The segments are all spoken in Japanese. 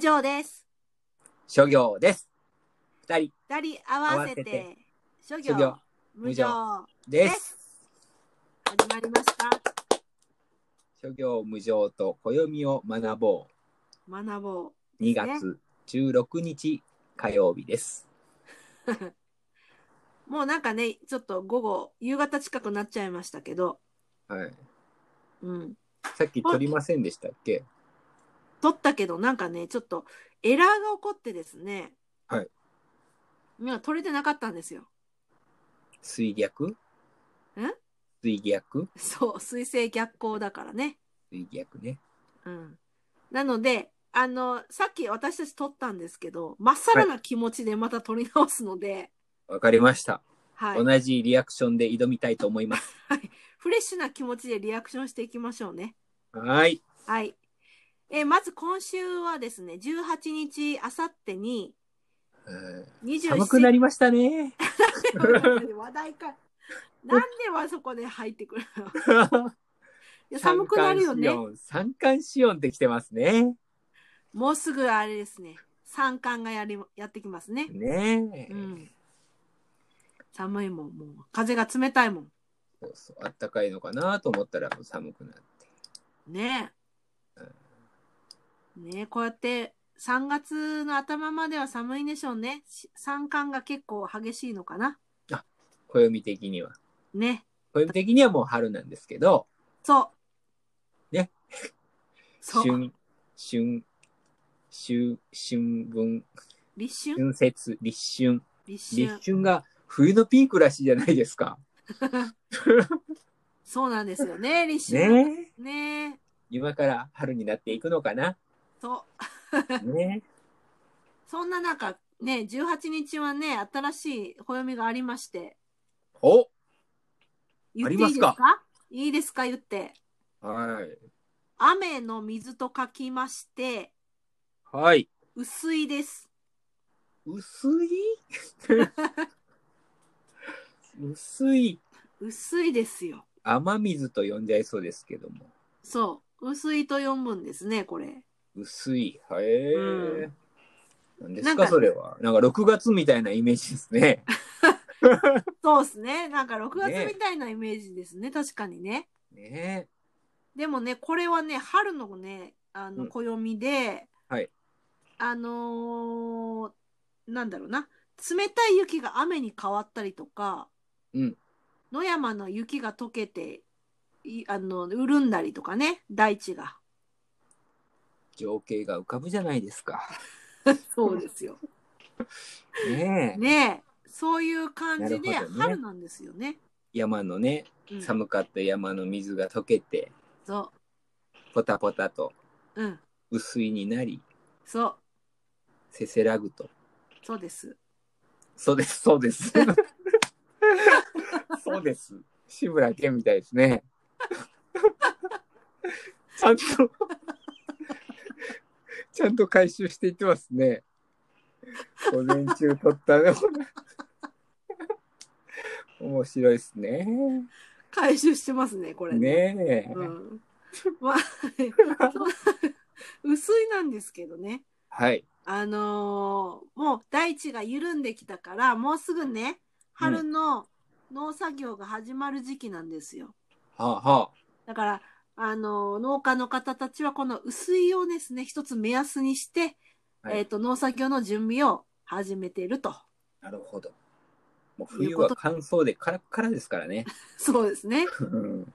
そうです。諸行です。二人二人合わせて、合わ諸諸行行無常でですす。始まりました。諸行無常と暦を学ぼ学ぼう。2月16日火曜日です。う。もうなんかね、ちょっと午後、夕方近くなっちゃいましたけど、はい。うん。さっき撮りませんでしたっけ撮ったけど、なんかね、ちょっとエラーが起こってですね、はい。みんな撮れてなかったんですよ。 水逆ん水逆そう、水星逆行だからね。水逆ね。うん。なので、あの、さっき私たち撮ったんですけど、まっさらな気持ちでまた撮り直すので、わかりました、はい。同じリアクションで挑みたいと思います。フレッシュな気持ちでリアクションしていきましょうね。はい。はい。えーまず今週はですね、18日、あさってに、えー27寒くなりましたね。話題か。なんではそこで入ってくるのいや寒くなるよね。三寒四温できてますね。もうすぐあれですね、三寒がやりやってきますね。ねえ、うん。寒いもん、もう。風が冷たいもん。そうそう。あったかいのかなと思ったら寒くなって。ねえ。ねえ、こうやって3月の頭までは寒いんでしょうね。し三寒が結構激しいのかな。暦的には。ね。暦的にはもう春なんですけど、そう。ね。 そう。春、春、春、春分、立春春節、立春。立立春。春が冬のピークらしいじゃないですか。そうなんですよ ね、立春。ねえ。ねえ。今から春になっていくのかな。そう。ねそんな中、ね、18日はね、新しい暦がありまして。え。お言あっていいりでますすかかいいですか言って。はい。雨の水と書きまして、はい。薄いです。薄い 薄い薄いですよ。雨水と呼んじゃいそうですけども。そう。薄いと読むんですね、これ。薄い。へえ。うんなんでなすんかかそれは。なんか6月みたいなイメージですね。 そうですね。なんか6ね月みたいなイメージですね。確かにね。ねでもね、これはね、春のね、あうの、ん暦で、はいあのーなんだろうな。冷たい雪が雨に変わったりとか、うん野山の雪が溶けて、いあの、潤んだりとかね、大地が。情景が浮かぶじゃないですか。そうですよ。ねえ。ねえ、そういう感じでなるほどね春なんですよね。山のね、うん、寒かった山の水が溶けて、そポタポタとう。うん。薄いになり、そう。せせらぐと。そうです。そうです、そう です。そうです。志村けんみたいですね。 ちゃんと、ちゃんと回収していってますね。午前中撮った の。面白いですね。回収してますね、これ。ねえ。うん。まあ、そう 薄いなんですけどね。はい。あのーもう大地が緩んできたから、もうすぐね、春の農作業が始まる時期なんですよ。はあはだから、あのー農家の方たちはこの薄いをですね、一つ目安にして、あ。はいえっ、と、農作業の準備を始めていると。なるほど。もういう冬こはと乾燥でカラッカラですからね。そうですね。うん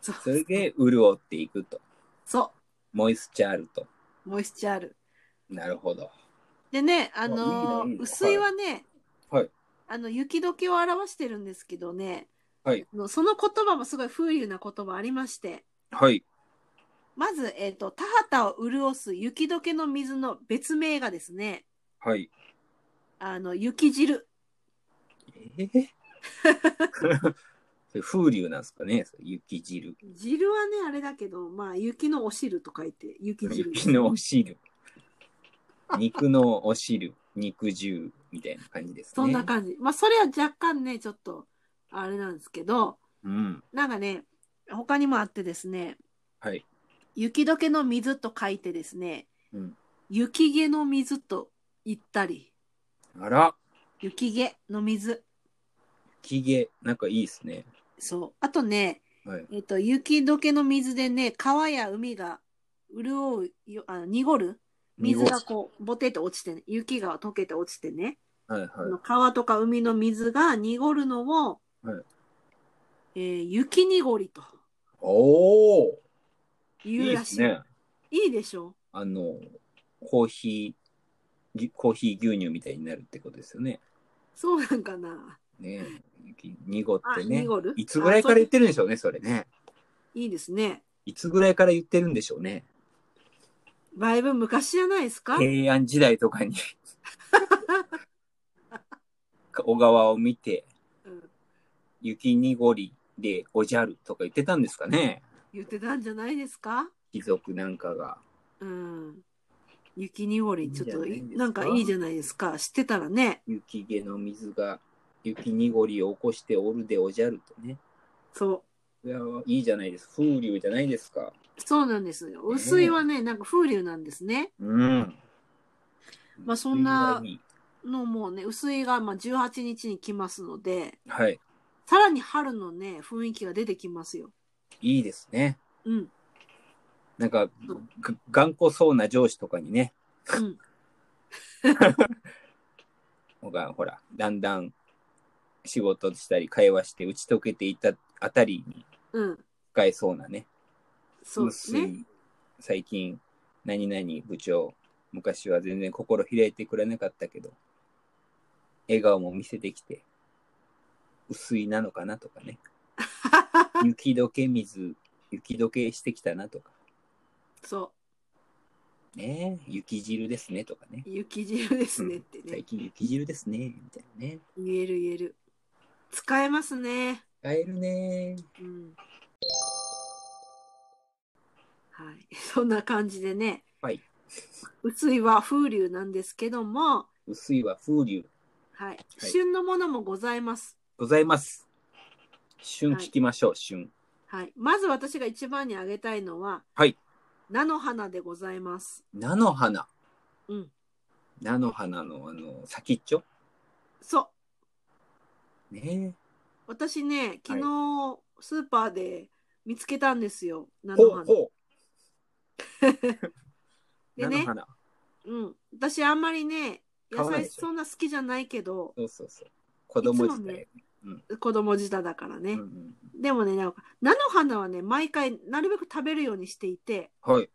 そう それで潤っていくと。そモイスチャールと。う、モイスチャール。なるほど。でね、あのあいいないいな薄いはね、はいあの雪解けを表してるんですけどね、はいあのその言葉もすごい風流な言葉ありまして、はい。まず、えっ、と、田畑を潤す雪解けの水の別名がですね、はい。あの、雪汁。えー それ風流なんですかね。それ雪汁。汁はね、あれだけど、まあ、雪のお汁と書いて、雪汁。雪のお汁。肉のお汁。肉汁みたいな感じですね。そんな感じ。まあ、それは若干ね、ちょっと、あれなんですけど、うん。なんかね、他にもあってですね、はい。雪解けの水と書いてですね、うん雪毛の水と言ったり、あら、雪毛の水。木毛、なんかいいですね。そう。あとね、はい。えっと、雪解けの水でね、川や海が潤うよ、あの濁る水がこう、ボテって落ちてね、雪が溶けて落ちてね、はいはい。あの川とか海の水が濁るのを、はいえー雪濁りとおおいいういでらしい。すね。いいでしょあの、コーヒーぎ、コーヒー牛乳みたいになるってことですよね。そうなんかな。ねえ濁っあ、てね。濁るいつぐらいからあ言ってるんでしょうね、それね。そういいですね。いつぐらいから言ってるんでしょうね。だいぶ昔じゃないですか平安時代と かに小川を見てうん「雪濁りでおじゃる」とか言ってたんですかね言ってたんじゃないですか貴族なんかがうん。雪濁り、ちょっといいいんじゃないですかなんかいいじゃないですか。知ってたらね。雪毛の水が雪濁りを起こしておるでおじゃるとねそう。いやいいじゃないです風流じゃないですかそうなんですよ。薄いはね、なんか風流なんですね。うんまあそんな水がいいのもうね、薄いがまあ18日に来ますので、はいさらに春のね、雰囲気が出てきますよ。いいですねうん。なんかが頑固そうな上司とかにねうん。がほらだんだん仕事したり会話して打ち解けていったあたりにうん。使えそうなねそうですね。薄い最近何々部長昔は全然心開いてくれなかったけど笑顔も見せてきて薄いなのかなとか ね雪解け水雪解けしてきたなとかそね雪汁ですねとかねう。雪汁ですねってね最。近雪汁ですねみたいなね言える言える。使えますね。使えるねうん。はい。 そんな感じでね。はい。薄いは風流なんですけども、薄いは風流はい。旬のものもございます。ございます。旬はい聞きましょう、旬。はい。まず私が一番に挙げたいのは、はい。菜の花でございます。菜の花。うん。菜の花のあの先っちょ。そう。ね私ね、昨日、スーパーで見つけたんですよ。え。菜ほのう花。ほう。 で菜のね、花。うん。私あんまりね、買野わない菜でしょそんな好きじゃないけど、そうそうそう。子供時いつも代ね。子供時代だからね。うんうんでもね、なんか、菜の花はね、毎回なるべく食べるようにしていて、はい。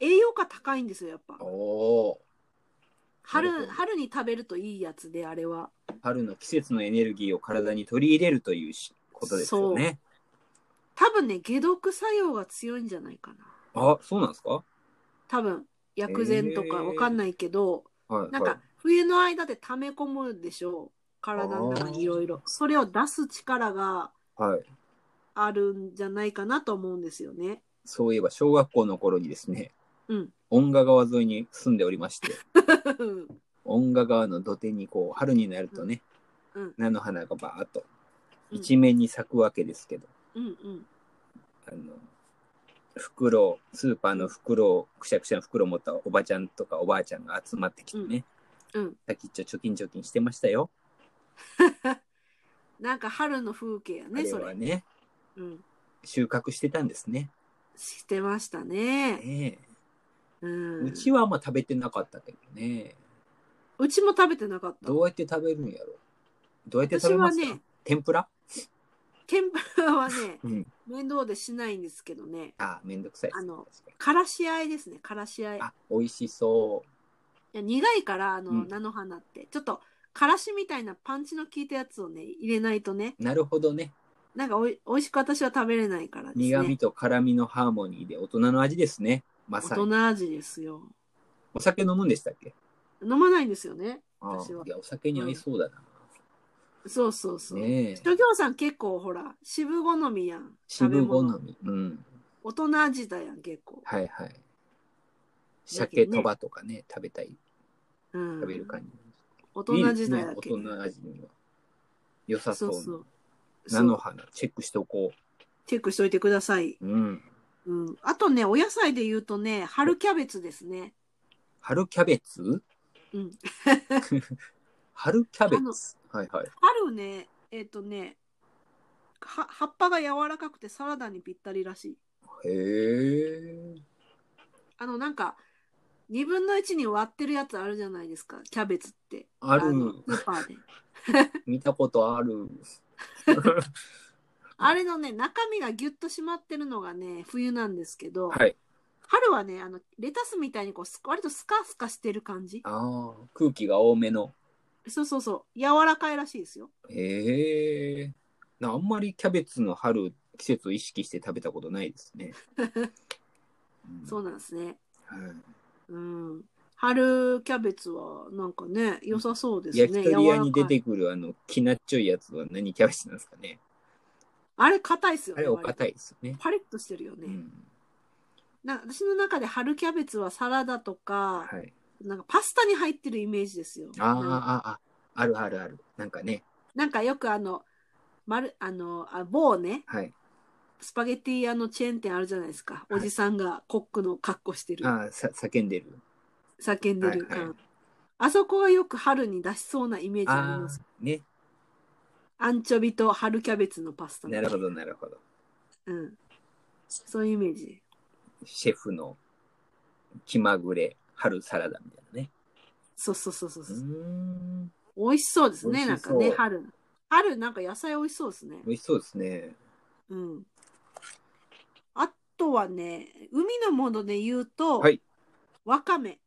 栄養価高いんですよ、やっぱお。おなる春、ほど春に食べるといいやつで、あれは。ー。春の季節のエネルギーを体に取り入れるというしことですよね。多分ね、解毒作用が強いんじゃないかな。あ、そうなんですか。多分薬膳とかへーわかんないけど、はい。なんか冬の間で溜め込むでしょう体の中にいろいろそれを出す力がはい。はい。あるんじゃないかなと思うんですよねそういえば小学校の頃にですね。うん。 音賀川沿いに住んでおりまして。音賀川の土手にこう春になるとね、うん菜の花がバーっとうん一面に咲くわけですけど、うんうんあの袋をスーパーの袋をくしゃくしゃの袋を持ったおばちゃんとかおばあちゃんが集まってきてね、うんうん先っちょチョキンチョキンしてましたよ、なんか春の風景やあねれそはれ、ねうん、収穫してたんですね、してましたね、ねうえん、うちはあんま食べてなかったけどねうちも食べてなかったどうやって食べるんやろどうやって食私べまはすか、ね天ぷら、天ぷらはね うん、面倒でしないんですけどねあめんどくさいですあの確かにからしあえですねからしあえあ美味しそういや苦いからあの、うん菜の花ってちょっとからしみたいなパンチの効いたやつをね入れないとねなるほどねなんかおいおいしく私は食べれないからです苦ね味と辛味のハーモニーで大人の味ですね。ま大さに。人味ですよお酒飲むんでしたっけ飲まないんですよねああ私はいや、お酒に合いそうだな。そうそうそう、ねえ。諸行さん結構ほら渋好みやん渋食べ好物み。うん。大人味だやん結構、はいはい。鮭とばとかね、食べたい。うん、食べる感大じ。い人時いです代ね。だ大け人の味には。良さそそううそうな。菜の花、チェックしておこチェックしといてください、う。うん。うん、あとねお野菜で言うとね春キャベツですね春キャベツうん。 春キャベあのツ。はいはい。春ね、えっ、とね、は葉っぱが柔らかくてサラダにぴったりらしい。へえ。あの、なんか、二分の一に割ってるやつあるじゃないですか、キャベツって。あのるス。ーパーで。見たことある。 あれのね、中身がギュッと締まってるのがね、冬なんですけど、はい。春はね、あの、レタスみたいにこう、す割とスカスカしてる感じ。ああ、空気が多めの。そうそうそう。柔らかいらしいですよ。へえ。なあんまりキャベツの春、季節を意識して食べたことないです ね。うんそうなんですね。はいうん。春キャベツはなんかね、良さそうですね。焼き鳥屋に出柔らかいてくるあの、きなっちょいやつは何キャベツなんですかね。あれ硬いですよあね。れお硬い。いですよね。パリッとしてるよね。うん。な私の中で春キャベツはサラダとか、はい。なんかパスタに入ってるイメージですよ。あーあ、あ、あるあるある。なんかね。なんかよくあの、丸あのあ某ねはい。スパゲティ屋のチェーン店あるじゃないですか、はおいじさんがコックの格好してるああ、さ叫んでる。叫んでるは感、いはいあそこがよく春に出しそうなイメージありあますあ、ね。アンチョビと春キャベツのパスタなるほど、なるほど。うん、そういうイメージシェフの気まぐれ春サラダみたいなね。そうそうそうそううそー。うん美味しそうですね美なん味しかそうね春春なんか野菜美味しそうですね美味しそうですね。うんあとはね海のもので言うと、はいわかめ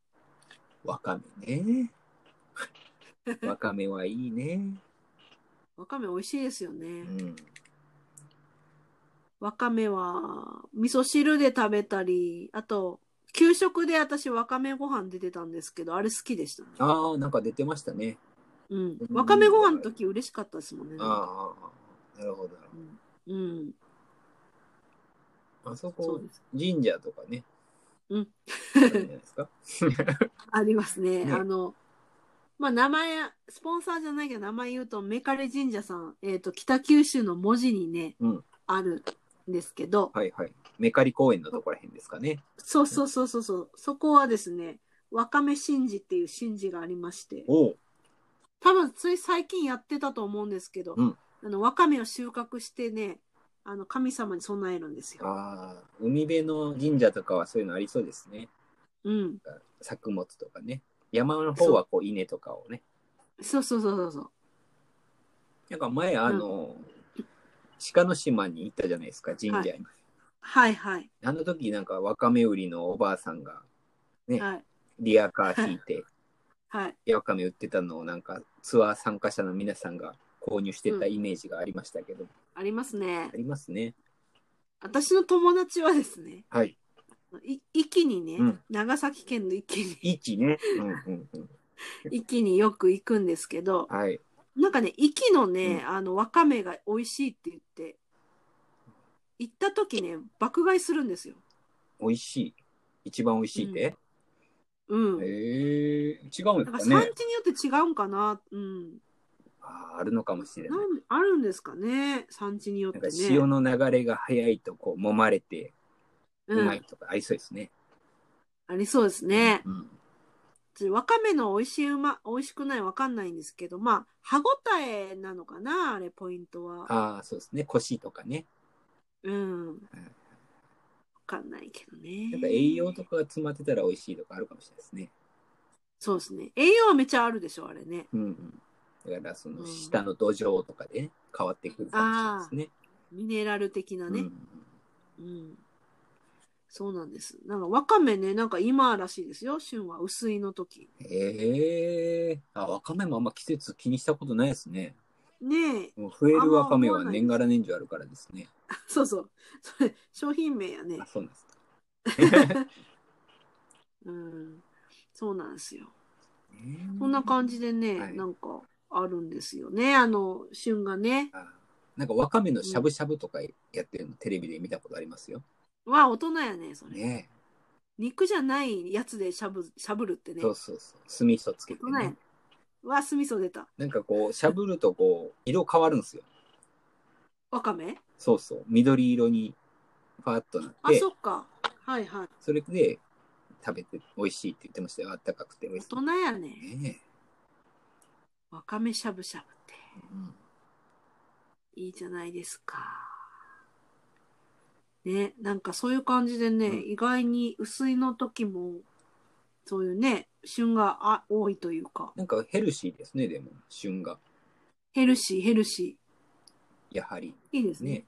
わかめね。わかめはいいね。わかめ美味しいですよね、うん。わかめは味噌汁で食べたりあと給食で私わかめご飯出てたんですけどあれ好きでしたね、ああ、なんか出てましたね。うんう、んわかめご飯の時嬉しかったですもんねああ、なるほど。なるほうん、うん、どあそそうこ、です神社とかね。うん。あるんじゃないですか。 ありますねねあのまあ名前スポンサーじゃないけど名前言うとメカレ神社さん、えー、と北九州の文字にね、うんあるんですけどはいはい。メカリ公園のとこらへんですかね。そうそうそうそうそうそこはですねわかめ神事っていう神事がありましておお。多分つい最近やってたと思うんですけど、うんあのわかめを収穫してねあの神様に備えるんですよ。ああ、海辺の神社とかはそういうのありそうですね。うん、作物とかね。山の方はこう稲とかをね。そうそうそうそうそう。なんか前、あの、鹿の島に行ったじゃないですか、神社に。ははいはい、あの時なんか、わかめ売りのおばあさんが、ねはいリアカー引いて、はい。わかめ売ってたのを、なんか、ツアー参加者の皆さんが購入してたイメージがありましたけど、ありますねあ。りますね。私の友達はですね、はい。い一気にね、うん長崎県の一気に、 位置ね。うんうんうん。一気によく行くんですけど、はい。なんかね、壱岐のね、うあの、わかめが美味しいって言って、行った時ね、爆買いするんですよ。美味しい。一番美味しいって。うん。なへえ違うんんでかすか産ね。地によって違うんかな、うん。あーあるのかもしれない。なんあるんですかね、産地によっなんてかね。潮の流れが早いとこう揉まれてううまいん、とかありそうですね。ありそうですね。うんちょわかめの美味しいうま、美味しくないわかんないんですけど、まあ、歯ごたえなのかな、あれ、ポイントは。ああそうですね。腰とかね。うん。わかんないけどね。なんか栄養とかが詰まってたら美味しいとかあるかもしれないですね。そうですね。栄養はめちゃあるでしょ、あれね。うんうん。だからそうんの下の土壌とかでね、変わってくるかもしれないですね。ミネラル的なうんうね。んうん。そうなんです。なんか、わかめね、なんか今らしいですよ、旬は。薄いの時。へえ。あ、わかめもあんま季節気にしたことないですね。ねえ。 もう増えるわかめは年がら年中あるからですね。そうそう。それ、商品名やねあ、。そうなんですか。 うん。そうなんですよ。そそんな感じ。じでね、はいなんかあるんですよね。あの、旬がね。あなんかわかめのしゃぶしゃぶとかやってるのテレビで見たことありますよ。は大人やね、それ。ね肉じゃないやつでしゃぶ、しゃぶるってえ。ねそ。うそうそう。酢味噌つけて大人やねね。。わ、酢味噌出た。なんかこう、しゃぶるとこう、色変わるんですよ。わかめそうそう。緑色に、パーッとなっあ、て、そっか。はいはい。それで、食べて美味しいって言ってましたよ。あったかくて美味しい。大人やね。ねわかめしゃぶしゃぶって。えうんいいじゃないですか。ね、なんかそういう感じでね、うん意外に薄いの時も、そういうね、旬があ多いというか、なんかヘルシーですね、でも、旬が。ヘルシー、ヘルシやはり。ー。いいですね。ね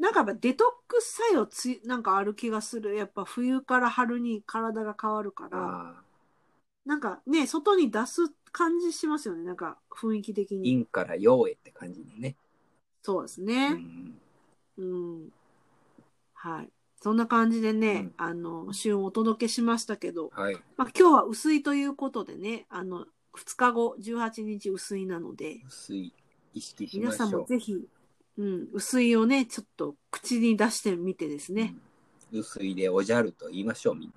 なんかやっぱデトックス作用つい、なんかある気がする。やっぱ冬から春に体が変わるから、ああ、なんかね、外に出す感じしますよね。なんか雰囲気的に。陰から陽へって感じでね。そうですうね。ん、うん。はい。そんな感じでね、うんあの、旬をお届けしましたけど、はい。まあ、今日は薄いということでね、あの、2日後、18日薄いなので、薄い意識しま皆しさんょもう。ぜひ、うん、薄いをね、ちょっと口に出してみてですね。うん薄いでおじゃると言いましょう、みん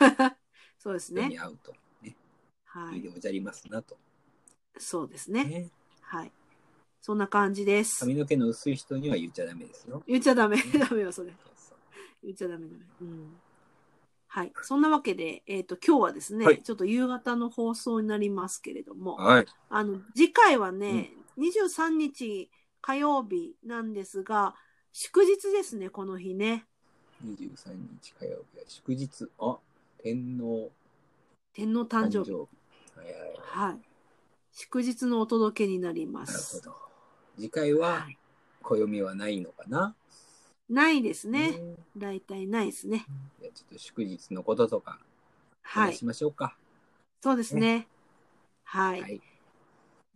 な。そうです人にね。会うと。は薄いい。でおじゃりますなと。そうですね。ねはい。そんな感じです。髪の毛の薄い人には言っちゃダメですよ。言っちゃダメ。ん ダメよ、それ。そう言っちゃダメダメ。うん。はい。そんなわけで、えっ、と、今日はですね、はいちょっと夕方の放送になりますけれども、はい。あの、次回はね、23日火曜日なんですが、祝日ですね、この日ね。 23日火曜日は祝日。あ、天皇天皇誕誕生生日。日。はいはいはいはい。祝日のお届けになりまなるすほ。ど。次回ははい暦はないのかなないですね。うん大体ないですね。じゃあちょっと祝日のこととかは話い。しましょうか。そうですね。は。はいい。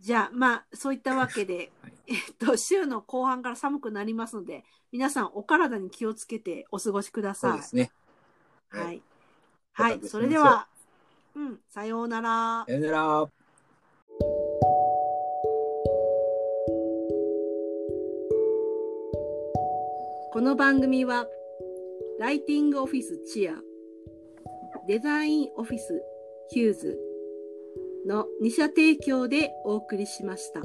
じゃあ、まあ、そういったわけで、はいえっと、週の後半から寒くなりますので、皆さんお体に気をつけてお過ごしくだそさういで。すね。は。はいははいい、それでは、うん、さようならさ。よなら。この番組は、ライティングオフィスチア、デザインオフィスヒューズの2社提供でお送りしました。